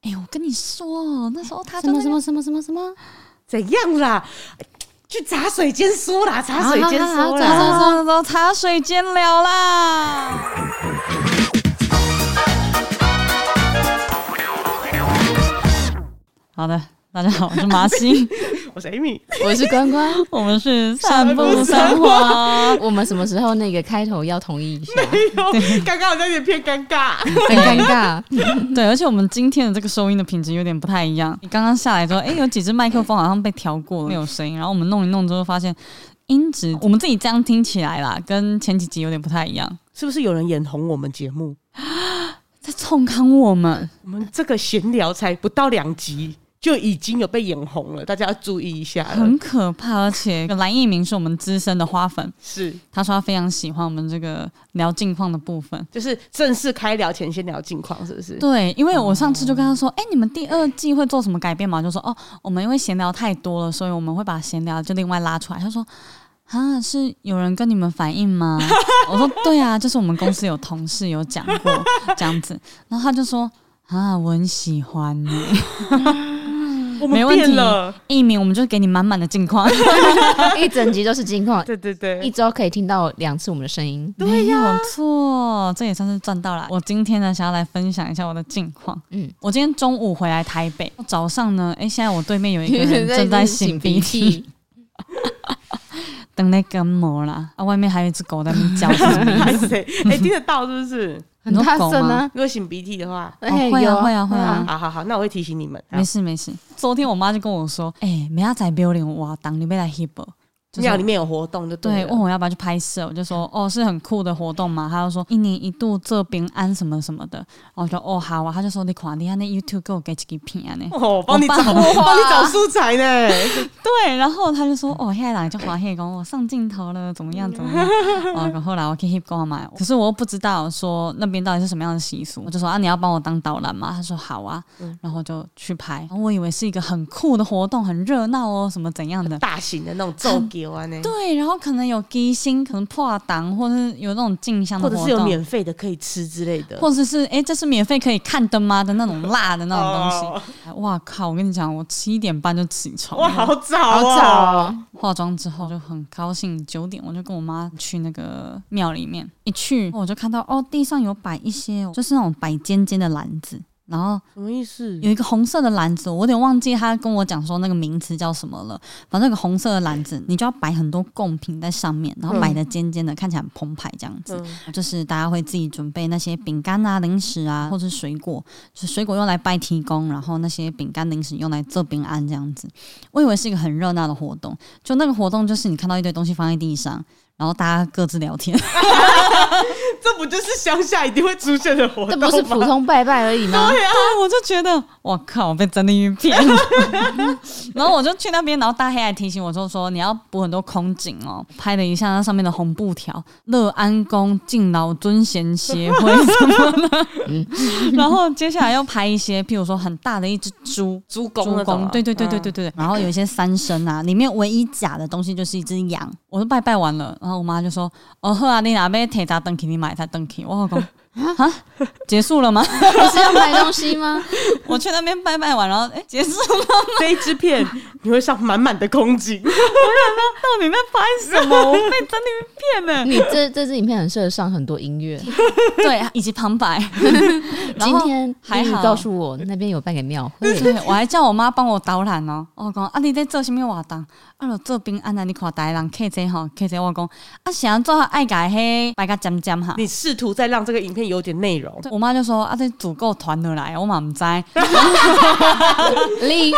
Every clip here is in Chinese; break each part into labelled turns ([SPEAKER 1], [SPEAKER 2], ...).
[SPEAKER 1] 哎、我跟你说，哦那时候他
[SPEAKER 2] 什
[SPEAKER 1] 就
[SPEAKER 2] 么
[SPEAKER 1] 那
[SPEAKER 2] 什
[SPEAKER 1] 个
[SPEAKER 2] 么什么什么什么？
[SPEAKER 3] 怎样啦？去茶水间说啦，茶水间
[SPEAKER 2] 好好
[SPEAKER 3] 说
[SPEAKER 2] 好
[SPEAKER 3] 啦。
[SPEAKER 2] 好
[SPEAKER 1] 啊，到茶水间聊啦。好的，大家好，我是麻 西，
[SPEAKER 3] 我是 Amy，
[SPEAKER 2] 我是关关。
[SPEAKER 1] 我们是散步三花，
[SPEAKER 2] 我们什么时候那个开头要同意一下？
[SPEAKER 3] 哎刚刚好像有点偏尴尬。
[SPEAKER 2] 很尴尬。
[SPEAKER 1] 对，而且我们今天的这个收音的品质有点不太一样。你刚刚下来之后，哎、有几只麦克风好像被调过了，没有声音。然后我们弄一弄之后，发现音质我们自己这样听起来啦，跟前几集有点不太一样，
[SPEAKER 3] 是不是有人眼红我们节目？
[SPEAKER 1] 在冲康我们。
[SPEAKER 3] 我们这个闲聊才不到两集，就已经有被眼红了，大家要注意一下了。
[SPEAKER 1] 很可怕，而且蓝奕明是我们资深的花粉，
[SPEAKER 3] 是，
[SPEAKER 1] 他说他非常喜欢我们这个聊近况的部分。
[SPEAKER 3] 就是正式开聊前先聊近况，是不是？
[SPEAKER 1] 对，因为我上次就跟他说，哎、你们第二季会做什么改变吗？就说哦，我们因为闲聊太多了，所以我们会把闲聊就另外拉出来。他说。啊，是有人跟你们反映吗？ 我说对啊，就是我们公司有同事有讲过这样子，然后他就说啊，我很喜欢你，
[SPEAKER 3] 我
[SPEAKER 1] 没
[SPEAKER 3] 们
[SPEAKER 1] 问题
[SPEAKER 3] 变了，
[SPEAKER 1] 一鸣我们就给你满满的近况，
[SPEAKER 2] 一整集都是金矿，
[SPEAKER 3] 对对
[SPEAKER 2] 一
[SPEAKER 3] 对，
[SPEAKER 2] 周可以听到两次我们的声音。
[SPEAKER 1] 对呀、没有错，这也算是赚到了。我今天呢，想要来分享一下我的近况。
[SPEAKER 2] 嗯，
[SPEAKER 1] 我今天中午回来台北，早上呢，哎，现在我对面有一个 人正 在擤鼻涕，，等那根膜啦。啊，外面还有一只狗在那 边叫，是什么意
[SPEAKER 3] 还
[SPEAKER 1] 思
[SPEAKER 3] 是谁？哎、听得到是不是？
[SPEAKER 2] 很大声啊！
[SPEAKER 3] 如果擤鼻涕的话，
[SPEAKER 2] 哎
[SPEAKER 1] 哦会啊
[SPEAKER 2] 有
[SPEAKER 1] 会啊会啊
[SPEAKER 3] 好好好，那我会提醒你们。好
[SPEAKER 1] 没事没事。昨天我妈就跟我说，哎，明仔载 building 哇，当你被来 hip，就是
[SPEAKER 3] 庙里面有活动就
[SPEAKER 1] 对，哦
[SPEAKER 3] 了
[SPEAKER 1] 问我要不要去拍摄，我就说哦，是很酷的活动嘛。他就说一年一度这边安什么什么的，然后我就哦好啊。他就说你看你看那 YouTube 给我给几个片啊呢。
[SPEAKER 3] 哦，帮你找，
[SPEAKER 1] 我
[SPEAKER 3] 帮
[SPEAKER 1] 帮
[SPEAKER 3] 你找素材呢。
[SPEAKER 1] 对，然后他就说：“哦，现在来就滑黑工，我上镜头了，怎么样怎么 样？”哦，然后来我可以跟我买，可是我又不知道说那边到底是什么样的习俗，我就说：“啊，你要帮我当导览吗？”他说：“好啊。”
[SPEAKER 3] 嗯
[SPEAKER 1] 然后就去拍，然后我以为是一个很酷的活动，很热闹哦，什么怎样的。
[SPEAKER 3] 大型的那种奏给啊呢，
[SPEAKER 1] 对，然后可能有低薪，可能破档，或者是有那种镜像的
[SPEAKER 3] 或者
[SPEAKER 1] 活
[SPEAKER 3] 是有
[SPEAKER 1] 动，
[SPEAKER 3] 免费的可以吃之类的。
[SPEAKER 1] 啊或者是哎，这是免费可以看灯吗的那种辣的那种东
[SPEAKER 3] 哦
[SPEAKER 1] 西。哎哇靠！我跟你讲，我七点半就起床了，
[SPEAKER 3] 哇，好早
[SPEAKER 2] 好
[SPEAKER 3] 哦
[SPEAKER 2] 早哦，
[SPEAKER 1] 化妆之后就很高兴，九点我就跟我妈去那个庙里面，一去我就看到哦，地上有摆一些就是那种摆尖尖的篮子，然后
[SPEAKER 3] 什么意思？
[SPEAKER 1] 有一个红色的篮子，我有点忘记他跟我讲说那个名词叫什么了。反正有个红色的篮子，你就要摆很多贡品在上面，然后摆的尖尖的，看起来很澎湃这样子。
[SPEAKER 3] 嗯
[SPEAKER 1] 就是大家会自己准备那些饼干啊、零食啊，或是水果，就是水果用来拜提公，然后那些饼干、零食用来做饼案这样子。我以为是一个很热闹的活动，就那个活动就是你看到一堆东西放在地上，然后大家各自聊天。
[SPEAKER 3] 这不就是乡下一定会出现的活
[SPEAKER 2] 这
[SPEAKER 3] 动吗？
[SPEAKER 2] 不是普通拜拜而已 吗？
[SPEAKER 3] 啊
[SPEAKER 1] 对，我就觉得我靠，我被真的晕骗 了。然后我就去那边，然后大黑还提醒我说说你要补很多空景哦，拍了一下那上面的红布条，乐安宫敬老尊贤协会什么的。
[SPEAKER 3] 嗯
[SPEAKER 1] 然后接下来要拍一些，譬如说很大的一只猪。
[SPEAKER 3] 猪
[SPEAKER 1] 猪
[SPEAKER 3] 公那种
[SPEAKER 1] 公，
[SPEAKER 3] 啊，
[SPEAKER 1] 对对对对
[SPEAKER 3] 嗯
[SPEAKER 1] 对对，然后有一些三牲啊，里面唯一假的东西就是一只羊。我说拜拜完了，然后我妈就说：“哦呵啊，你哪边铁砸登去，你买它登去。” 我老公啊，结束了吗？
[SPEAKER 2] 不是要买东西吗？
[SPEAKER 1] 我去那边拜拜完，然后哎、诶结束 了，
[SPEAKER 3] 嗯这一支片你会上满满的空景，
[SPEAKER 1] 到底在拍什么？我被真的骗了。
[SPEAKER 2] 你这这支影片很适合上很多音乐。
[SPEAKER 1] 对，以及旁 白。然
[SPEAKER 2] 今
[SPEAKER 1] 后
[SPEAKER 2] 天
[SPEAKER 1] 还
[SPEAKER 2] 丽宇
[SPEAKER 1] 好
[SPEAKER 2] 告诉我那边有办个庙 会，
[SPEAKER 1] 对，我还叫我妈帮我导览哦。我讲啊，你在做什么活动？啊，就做平安啊，你看台人客者吼，客者我讲啊，想做爱家嘿，白家尖尖哈。
[SPEAKER 3] 你试图再让这个影片有点内容，
[SPEAKER 1] 我妈就说啊，这组购团的来，我嘛唔知，
[SPEAKER 2] 丽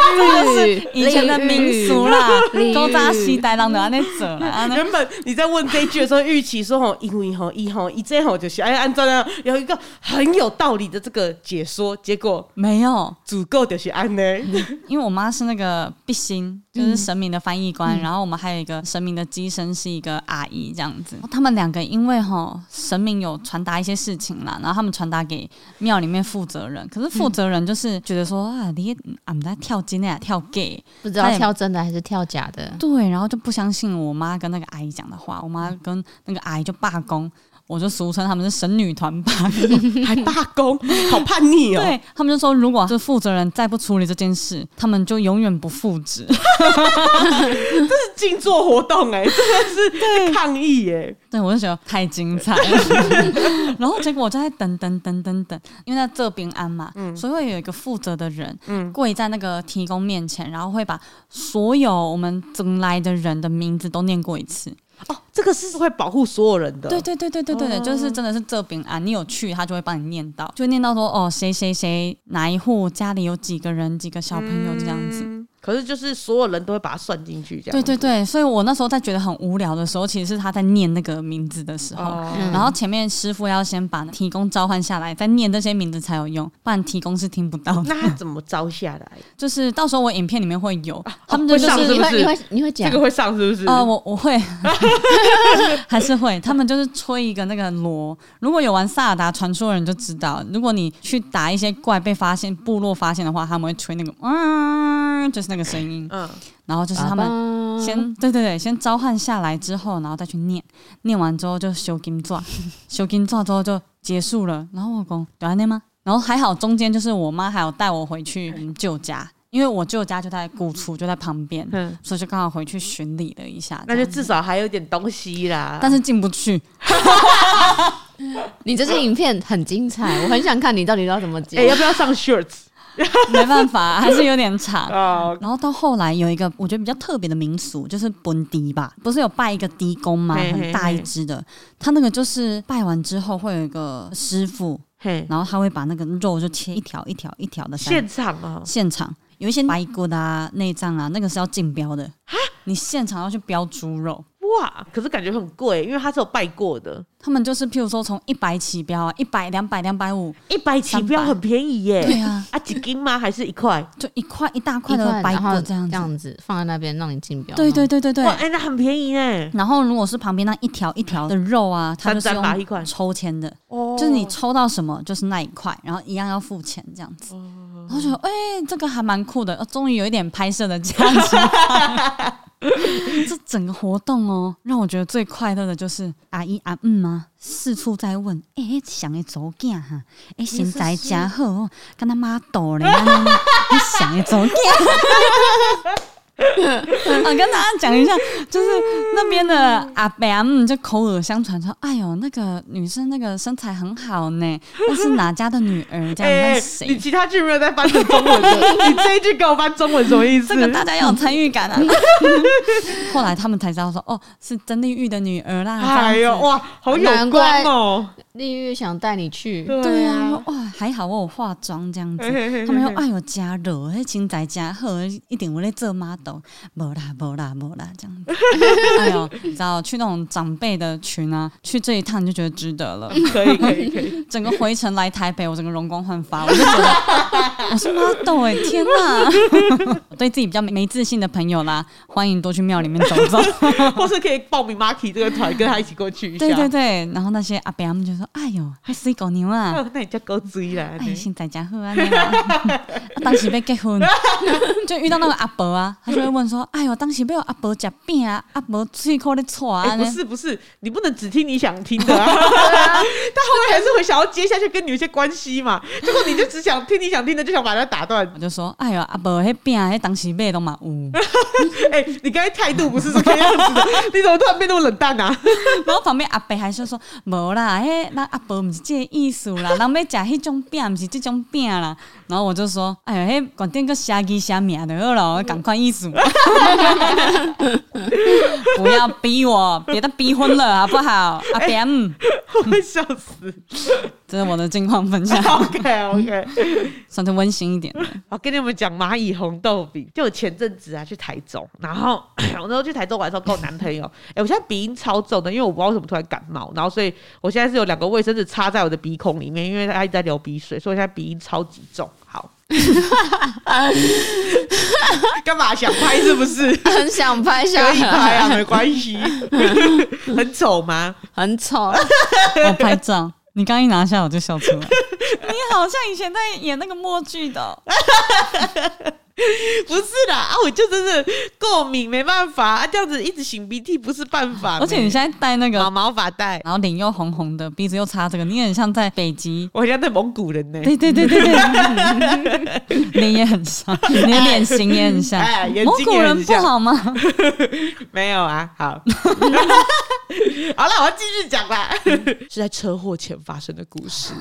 [SPEAKER 1] 是
[SPEAKER 2] 玉，
[SPEAKER 1] 以前的民俗啦
[SPEAKER 2] 例，如
[SPEAKER 1] 都扎西台人的安尼做啦，安尼
[SPEAKER 3] 原本你在问这一句的时候，预期说吼，因为吼一吼一这吼就是哎，按照那样有一个很有道理的这个解说，结果
[SPEAKER 1] 没有。
[SPEAKER 3] 足够就是安呢，
[SPEAKER 1] 因为我妈是那个毕星，就是神明的翻译官，然后我们还有一个神明的机身是一个阿姨这样子。哦他们两个因为哈神明有传达一些事情啦，然后他们传达给庙里面负责人，可是负责人就是觉得说、啊，你俺们在跳金啊，跳 gay，
[SPEAKER 2] 不知道跳真的还是跳假的。
[SPEAKER 1] 对，然后就不相信我妈跟那个阿姨讲的话，我妈跟那个阿姨就罢工。我就俗称他们是神女团罢工。
[SPEAKER 3] 还罢工，好叛逆哦！
[SPEAKER 1] 对他们就说，如果这负责人再不处理这件事，他们就永远不复职。
[SPEAKER 3] 静坐活动 哎、真的是在抗议哎、
[SPEAKER 1] 对，我就觉得太精彩了。 然后结果我就在等等等等等，因为在这边安嘛，
[SPEAKER 3] 嗯
[SPEAKER 1] 所以会有一个负责的人，跪在那个提供面前，然后会把所有我们整来的人的名字都念过一次。
[SPEAKER 3] 哦，这个是会保护所有人的，
[SPEAKER 1] 对对对对对
[SPEAKER 3] 哦
[SPEAKER 1] 对对，就是真的是这边安，你有去他就会帮你念到，就念到说哦谁谁谁哪一户家里有几个人几个小朋友这样子。
[SPEAKER 3] 嗯可是就是所有人都会把它算进去，这样
[SPEAKER 1] 对对对，所以我那时候在觉得很无聊的时候，其实是他在念那个名字的时候，
[SPEAKER 3] 哦
[SPEAKER 2] 嗯
[SPEAKER 1] 然后前面师傅要先把提供召唤下来，再念这些名字才有用，不然提供是听不到的。
[SPEAKER 3] 那他怎么招下 来？
[SPEAKER 1] 就是到时候我影片里面会有，他们就
[SPEAKER 3] 哦会
[SPEAKER 1] 就
[SPEAKER 3] 上
[SPEAKER 1] 是
[SPEAKER 3] 是
[SPEAKER 2] 你
[SPEAKER 3] 不
[SPEAKER 2] 会
[SPEAKER 3] 是
[SPEAKER 2] 你会你会
[SPEAKER 3] 这
[SPEAKER 2] 讲
[SPEAKER 3] 个会上是不是？
[SPEAKER 1] 呃，我我会 还是会，他们就是吹一个那个锣。如果有玩萨尔达传说的人就知道，如果你去打一些怪被发现、部落发现的话，他们会吹那个嗯，就是那个声音，
[SPEAKER 3] 嗯，
[SPEAKER 1] 然后就是他们
[SPEAKER 2] 们
[SPEAKER 1] 先对对对，先召唤下来之后，然后再去念，念完之后就修金钻， 修金钻之后就结束了。然后我讲有安内吗？然后还好中间就是我妈还有带我回去嗯舅家，因为我舅家就在古厝就在旁边，
[SPEAKER 3] 嗯
[SPEAKER 1] 所以就刚好回去巡礼了一下。
[SPEAKER 3] 那
[SPEAKER 1] 这样
[SPEAKER 3] 就至少还有点东西啦。
[SPEAKER 1] 嗯但是进不去，
[SPEAKER 2] 你这支影片很精彩，我很想看你到底要怎么
[SPEAKER 3] 哎、
[SPEAKER 2] 解。
[SPEAKER 3] 要不要上 shirts
[SPEAKER 1] 没办 法，还是有点长。
[SPEAKER 3] 啊？
[SPEAKER 1] 然后到后来有一个我觉得比较特别的民俗，就是本迪吧，不是有拜一个迪公吗？
[SPEAKER 3] 嘿嘿
[SPEAKER 1] 很大一只的，他那个就是拜完之后会有一个师傅，
[SPEAKER 3] 嘿，
[SPEAKER 1] 然后他会把那个肉就切一条一条一条的
[SPEAKER 3] 现场啊、
[SPEAKER 1] 现场有一些白骨的啊、内脏啊，那个是要竞标的你现场要去标猪肉，
[SPEAKER 3] 哇！可是感觉很贵，因为他是有拜过的，
[SPEAKER 1] 他们就是譬如说从一百起标啊，一百、两百、两百五，
[SPEAKER 3] 一百起
[SPEAKER 1] 300
[SPEAKER 3] 标很便宜耶。
[SPEAKER 1] 对啊，
[SPEAKER 3] 啊，几斤吗？还是一块？
[SPEAKER 1] 就一块一大
[SPEAKER 2] 一
[SPEAKER 1] 块的白
[SPEAKER 2] 然后
[SPEAKER 1] 骨这样
[SPEAKER 2] 这
[SPEAKER 1] 子。
[SPEAKER 2] 样子放在那边让你竞标，
[SPEAKER 1] 对对对对对
[SPEAKER 3] 哇，。哎、那很便宜呢。
[SPEAKER 1] 然后如果是旁边那一条一条的肉啊，它
[SPEAKER 3] 三
[SPEAKER 1] 就是
[SPEAKER 3] 三八一
[SPEAKER 1] 用
[SPEAKER 3] 块，
[SPEAKER 1] 抽签的，
[SPEAKER 3] 哦
[SPEAKER 1] 就是你抽到什么就是那一块，然后一样要付钱这样子。然后就觉得哎、这个还蛮酷的，呃终于有一点拍摄的价值。这整个活动哦，让我觉得最快乐的就是阿姨阿姆啊，四处在问，哎、欸，想的走囝哈，哎、身材真好哦，跟他妈抖嘞， 你想的走囝。啊，跟大家讲一下，就是那边的阿伯阿姆就口耳相传说，哎呦，那个女生那个身材很好呢，那是哪家的女儿？这样
[SPEAKER 3] 哎、
[SPEAKER 1] 那
[SPEAKER 3] 欸，你
[SPEAKER 1] 谁？
[SPEAKER 3] 其他句没有在翻成中 文的，你这一句给我翻中文什么意思
[SPEAKER 1] 这？个大家要有参与感啊！后来他们才知道说，哦，是曾丽玉的女儿啦。
[SPEAKER 3] 哎
[SPEAKER 1] 这
[SPEAKER 3] 呦
[SPEAKER 1] 样子，
[SPEAKER 3] 哇，好有
[SPEAKER 2] 难怪
[SPEAKER 3] 光哦！
[SPEAKER 2] 丽玉想带你去，
[SPEAKER 1] 对啊，我说哇，还好我有化妆这样子。他们说，
[SPEAKER 3] 哎，
[SPEAKER 1] 哎呦，加热，迄身材加好，一定有咧做 model，无啦，无啦，无啦，这样子。哎呦，你知道去那种长辈的群啊，去这一趟你就觉得值得了。
[SPEAKER 3] 可以可以可 以，
[SPEAKER 1] 整个回程来台北，我整个容光焕发，我 就觉得我是 model 哎、天哪！ 我对自己比较没自信的朋友啦，欢迎多去庙里面走 走。
[SPEAKER 3] 或是可以报名 Marky 这个团，跟他一起过去一下。
[SPEAKER 1] 对对对，然后那些阿伯他们就说：“哎呦，还是狗牛啊！
[SPEAKER 3] 哦，那你叫狗追啦！
[SPEAKER 1] 哎，现在家好啊， 那样当时被结婚， 就遇到那个阿伯啊，他就会问说：‘哎呦，当时被我阿伯夹饼啊，阿伯喙口咧错啊。
[SPEAKER 3] 哎，不是不是，你不能只听你想听 的啊！ 他后面还是会想要接下去跟你有一些关系嘛。结果你就只想听你想听的，就想把它打断。
[SPEAKER 1] 我就说：“哎呦，阿伯迄饼，迄当时买都嘛有。”
[SPEAKER 3] 哎，你刚才态度不是这个样 子的，你怎么突然变那么冷淡啊？
[SPEAKER 1] 然后旁边阿伯还是说：“无啦，迄那阿伯毋是这个意思啦，人要食迄种饼，毋是这种饼啦。”然后我就说：“哎呦，迄广电个写字写名就好了，赶快意思。 不要逼我，别再逼婚了，好不好？阿伯，嗯，
[SPEAKER 3] 我会笑死。
[SPEAKER 1] 这是我的近况分享，
[SPEAKER 3] OK OK。
[SPEAKER 1] 算是温馨一点的。
[SPEAKER 3] 我哦跟你们讲蚂蚁红豆饼，就我前阵子啊去台中，然后我那时候去台中玩的时候跟我男朋友，哎、我现在鼻音超重的，因为我不知道为什么突然感冒，然后所以我现在是有两个卫生纸插在我的鼻孔里面，因为它一直在流鼻水，所以我现在鼻音超级重。 好，干嘛想拍是 不是？
[SPEAKER 2] 很想拍下
[SPEAKER 3] 可以拍啊，
[SPEAKER 2] 来，
[SPEAKER 3] 没关系。 很丑 吗？
[SPEAKER 2] 很丑。
[SPEAKER 1] 我拍照，你刚一拿下我就笑出来。你好像以前在演那个默剧的哦、
[SPEAKER 3] 不是啦，啊，我就真的过敏，没办法啊，这样子一直擤鼻涕不是办法。
[SPEAKER 1] 而且你
[SPEAKER 3] 在
[SPEAKER 1] 现在戴那个，
[SPEAKER 3] 毛毛发带，
[SPEAKER 1] 然后脸又红红的，鼻子又擦这个，你很像在北极。
[SPEAKER 3] 我现在在蒙古人 呢、
[SPEAKER 1] 对对对对对，脸也很像， 你的脸型也很像。
[SPEAKER 3] 哎眼睛也很
[SPEAKER 1] 蒙古人不
[SPEAKER 3] 像
[SPEAKER 1] 好吗？
[SPEAKER 3] 没有啊，好， 好了，我要继续讲啦， 是在车祸前发生的故 事，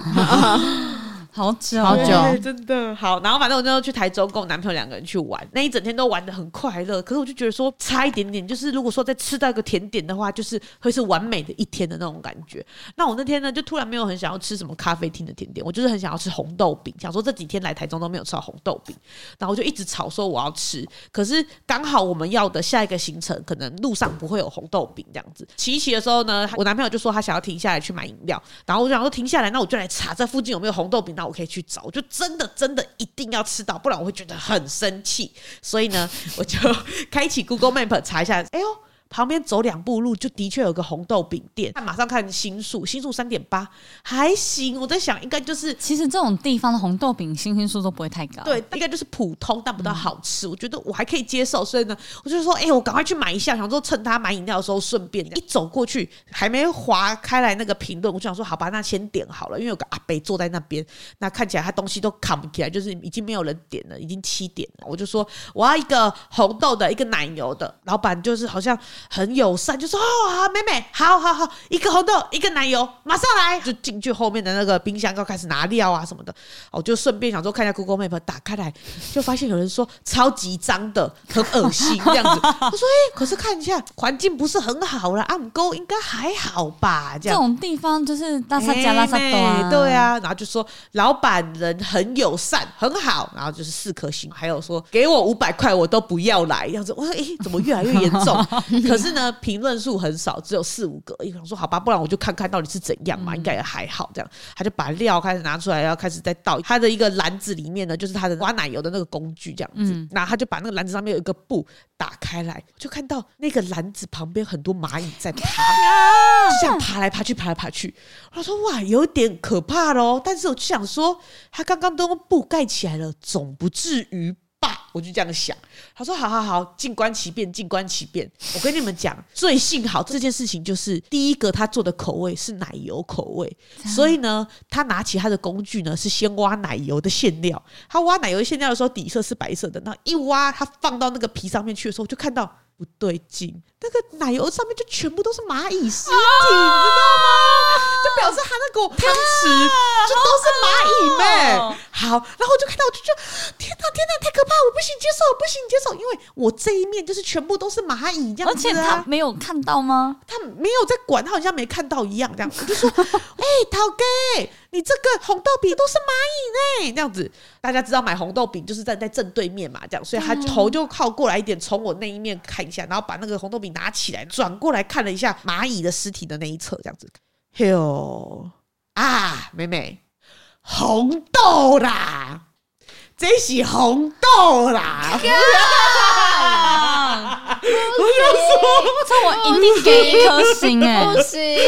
[SPEAKER 1] 好久
[SPEAKER 2] 好久
[SPEAKER 3] 对真的好。然后反正我那时候去台州跟我男朋友两个人去玩，那一整天都玩的很快乐。可是我就觉得说，差一点点，就是如果说再吃到一个甜点的话，就是会是完美的一天的那种感觉。那我那天呢，就突然没有很想要吃什么咖啡厅的甜点，我就是很想要吃红豆饼，想说这几天来台中都没有吃到红豆饼，然后我就一直吵说我要吃，可是刚好我们要的下一个行程可能路上不会有红豆饼这样子。骑一骑的时候呢，我男朋友就说他想要停下来去买饮料，然后我就想说停下来，那我就来查这附近有没有红豆饼，那我可以去找，我就真的真的一定要吃到，不然我会觉得很生气。所以呢，我就 开启 Google Map 查一下，哎呦。旁边走两步路，就的确有个红豆饼店。 看，马上看新数，新数三点八，还行。我在想，应该就是
[SPEAKER 1] 其实这种地方的红豆饼星星数都不会太高。，
[SPEAKER 3] 对，应该就是普通，但不到好吃。我觉得我还可以接受，所以呢，我就说，哎、我赶快去买一下，想说趁他买饮料的时候顺便。一走过去，还没划开来那个评论，我就想说，好吧，那先点好了，因为有个阿伯坐在那边，那看起来他东西都扛不起来，就是已经没有人点了，已经七点了。我就说我要一个红豆的，一个奶油的。老板就是好像很友善，就说哦，好，妹妹，好好好，一个红豆，一个奶油，马上来，就进去后面的那个冰箱，要开始拿料啊什么的。我就顺便想说看一下 Google Map，打开来就发现有人说超级脏的，很恶心这样子。我说哎、可是看一下环境不是很好啦，暗沟应该还好吧？这
[SPEAKER 1] 这
[SPEAKER 3] 样
[SPEAKER 1] 种地方就是拉萨加
[SPEAKER 3] 欸
[SPEAKER 1] 拉萨多啊
[SPEAKER 3] 妹。对，啊，然后就说老板人很友善，很好，然后就是四颗星，还有说给我五百块我都不要来，这样子。我说诶、怎么越来越严 重？可是呢，评论数很少，只有四五个。我想说好吧，不然我就看看到底是怎样嘛，
[SPEAKER 1] 嗯
[SPEAKER 3] 应该也还好这样。他就把料开始拿出来，要开始再倒他的一个篮子里面呢，就是他的挖奶油的那个工具这样子。
[SPEAKER 1] 嗯
[SPEAKER 3] 然后他就把那个篮子上面有一个布打开来，我就看到那个篮子旁边很多蚂蚁在爬。
[SPEAKER 1] 啊
[SPEAKER 3] 就这样爬来爬去，爬来爬去。我说哇，有点可怕咯。但是我就想说，他刚刚都用布盖起来了，总不至于吧？我就这样想。他说好好好，静观其变，静观其变。我跟你们讲，最幸好这件事情就是第一个，他做的口味是奶油口味，所以呢，他拿起他的工具呢是先挖奶油的馅料。他挖奶油馅料的时候，底色是白色的，那一挖，他放到那个皮上面去的时候，我就看到。不对劲，那个奶油上面就全部都是蚂蚁尸体，
[SPEAKER 1] 啊
[SPEAKER 3] 你知道吗？就表示他那个汤匙就都是蚂蚁
[SPEAKER 1] 好
[SPEAKER 3] 妹。
[SPEAKER 1] 恶哦
[SPEAKER 3] 好，然后我就看到，我就觉得天哪，天哪，太可怕！我不行接受，我不行接受，因为我这一面就是全部都是蚂蚁这
[SPEAKER 1] 而
[SPEAKER 3] 样子
[SPEAKER 1] 且他
[SPEAKER 3] 啊。
[SPEAKER 1] 没有看到 吗？
[SPEAKER 3] 他没有在管，他好像没看到一样，这样我就说：“ 哎、陶哥，你这个红豆饼都是蚂蚁呢。”这样子，大家知道买红豆饼就是站在正对面嘛，这样，所以他头就靠过来一点，从我那一面看一下，然后把那个红豆饼拿起来，转过来看了一下蚂蚁的尸体的那一侧，这样子。哟啊，妹妹，红豆啦，这是红豆啦。
[SPEAKER 1] 啊！这我一定给一颗星哎、
[SPEAKER 2] 不行，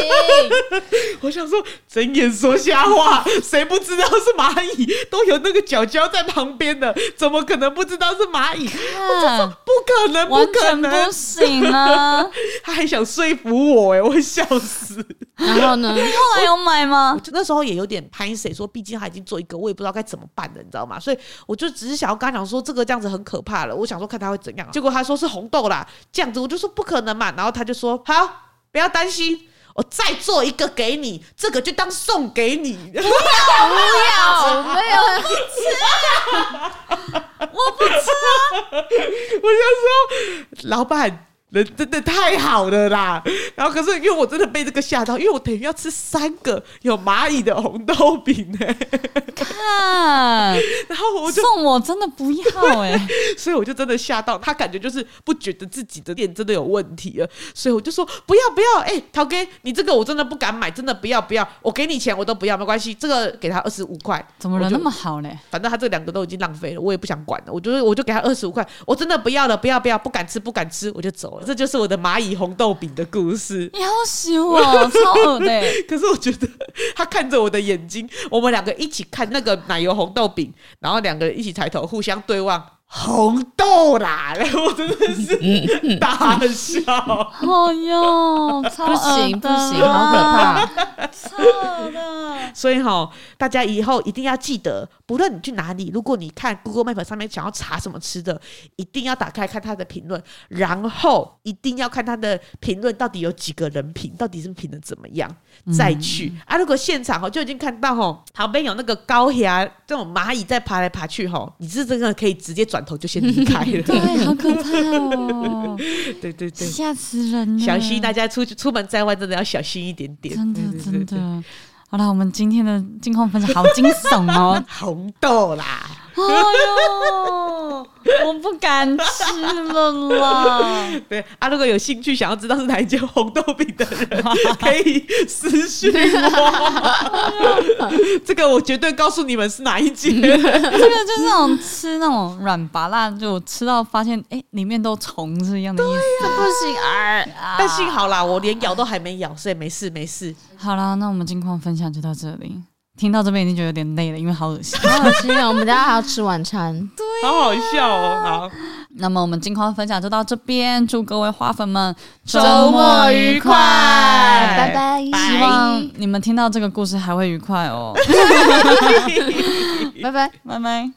[SPEAKER 3] 我想说，睁眼说瞎话，谁不知道是蚂蚁？都有那个脚脚在旁边的，怎么可能不知道是蚂蚁？
[SPEAKER 1] 看
[SPEAKER 3] 不可能，不
[SPEAKER 1] 完
[SPEAKER 3] 可
[SPEAKER 1] 全不
[SPEAKER 3] 能！
[SPEAKER 1] 行啊！
[SPEAKER 3] 他还想说服我、哎，我笑死。
[SPEAKER 2] 然后呢？
[SPEAKER 1] 后来有买吗
[SPEAKER 3] 我？就那时候也有点拍谁说，毕竟他已经做一个，我也不知道该怎么办了，你知道吗？所以我就只是想要跟他讲说，这个这样子很可怕了，我想说看他会怎样。啊结果他说是红豆啦，这样子我就说不可能嘛，然后他就说好，不要担心。我再做一个给你，这个就当送给你。
[SPEAKER 2] 不要，没有，啊
[SPEAKER 3] 我就说，老板人真的太好了啦。然后可是因为我真的被这个吓到，因为我等于要吃三个有蚂蚁的红豆饼呢、
[SPEAKER 1] 看
[SPEAKER 3] 然后我 就，
[SPEAKER 1] 送我真的不要哎、
[SPEAKER 3] 所以我就真的吓到，他感觉就是不觉得自己的店真的有问题了，所以我就说不要不要，哎、陶哥，你这个我真的不敢买，真的不要不要，我给你钱我都不要，没关系，这个给他二十五块，
[SPEAKER 1] 怎么
[SPEAKER 3] 我
[SPEAKER 1] 人
[SPEAKER 3] 就
[SPEAKER 1] 那么好嘞？
[SPEAKER 3] 反正他这两个都已经浪费了，我也不想管了。我就是我就给他二十五块，我真的不要了，不要不要，不敢吃不敢吃，我就走了。这就是我的蚂蚁红豆饼的故事。
[SPEAKER 1] 要死 我，超恶的欸、
[SPEAKER 3] 可是我觉得他看着我的眼睛，我们两个一起看那个奶油红豆饼，然后两个人一起抬头互相对望，红豆啦， 然后我真的是大笑。
[SPEAKER 1] 哦哟，超
[SPEAKER 2] 不行
[SPEAKER 1] 恶
[SPEAKER 2] 不
[SPEAKER 1] 的啊
[SPEAKER 2] 行，好可，怕！
[SPEAKER 1] 超恶 的。
[SPEAKER 3] 所以哈、大家以后一定要记得，不论你去哪里，如果你看 Google Map 上面想要查什么吃的，一定要打开看它的评论，然后一定要看它的评论到底有几个人评，到底是评的怎么样，再去、
[SPEAKER 1] 嗯
[SPEAKER 3] 啊。如果现场哈就已经看到哈，旁边有那个高崖这种蚂蚁在爬来爬去哈，你是真的可以直接转头就先离开 了。
[SPEAKER 1] 对，好可怕哦，
[SPEAKER 3] 对对对，
[SPEAKER 1] 吓死人了！
[SPEAKER 3] 小心大家出去出门在外真的要小心一点点。
[SPEAKER 1] 嗯真的
[SPEAKER 3] 对对对
[SPEAKER 1] 真
[SPEAKER 3] 对
[SPEAKER 1] 的。好了，我们今天的近况分享好惊悚 哦！
[SPEAKER 3] 红豆啦。
[SPEAKER 1] 哎呦，我不敢吃了啦！
[SPEAKER 3] 对啊，如果有兴趣想要知道是哪一间红豆饼的人，可以私信我。这个我绝对告诉你们是哪一间。
[SPEAKER 1] 这个就是那种吃那种软拔辣，就吃到发现哎、诶里面都虫是一样的意思。
[SPEAKER 2] 这 不行啊！
[SPEAKER 3] 但幸好啦，我连咬都还没咬，所以没事没事。
[SPEAKER 1] 好啦，那我们近况分享就到这里。听到这边已经觉得有点累了，因为好恶 心。
[SPEAKER 2] 好恶心啊！我们等一下还要吃晚餐。
[SPEAKER 3] 好好笑哦！好，
[SPEAKER 1] 那么我们近况分享就到这边，祝各位花粉们
[SPEAKER 3] 周末愉快
[SPEAKER 2] 拜拜，
[SPEAKER 1] 希望 你们听到这个故事还会愉快哦，
[SPEAKER 2] 拜拜。
[SPEAKER 1] 拜拜。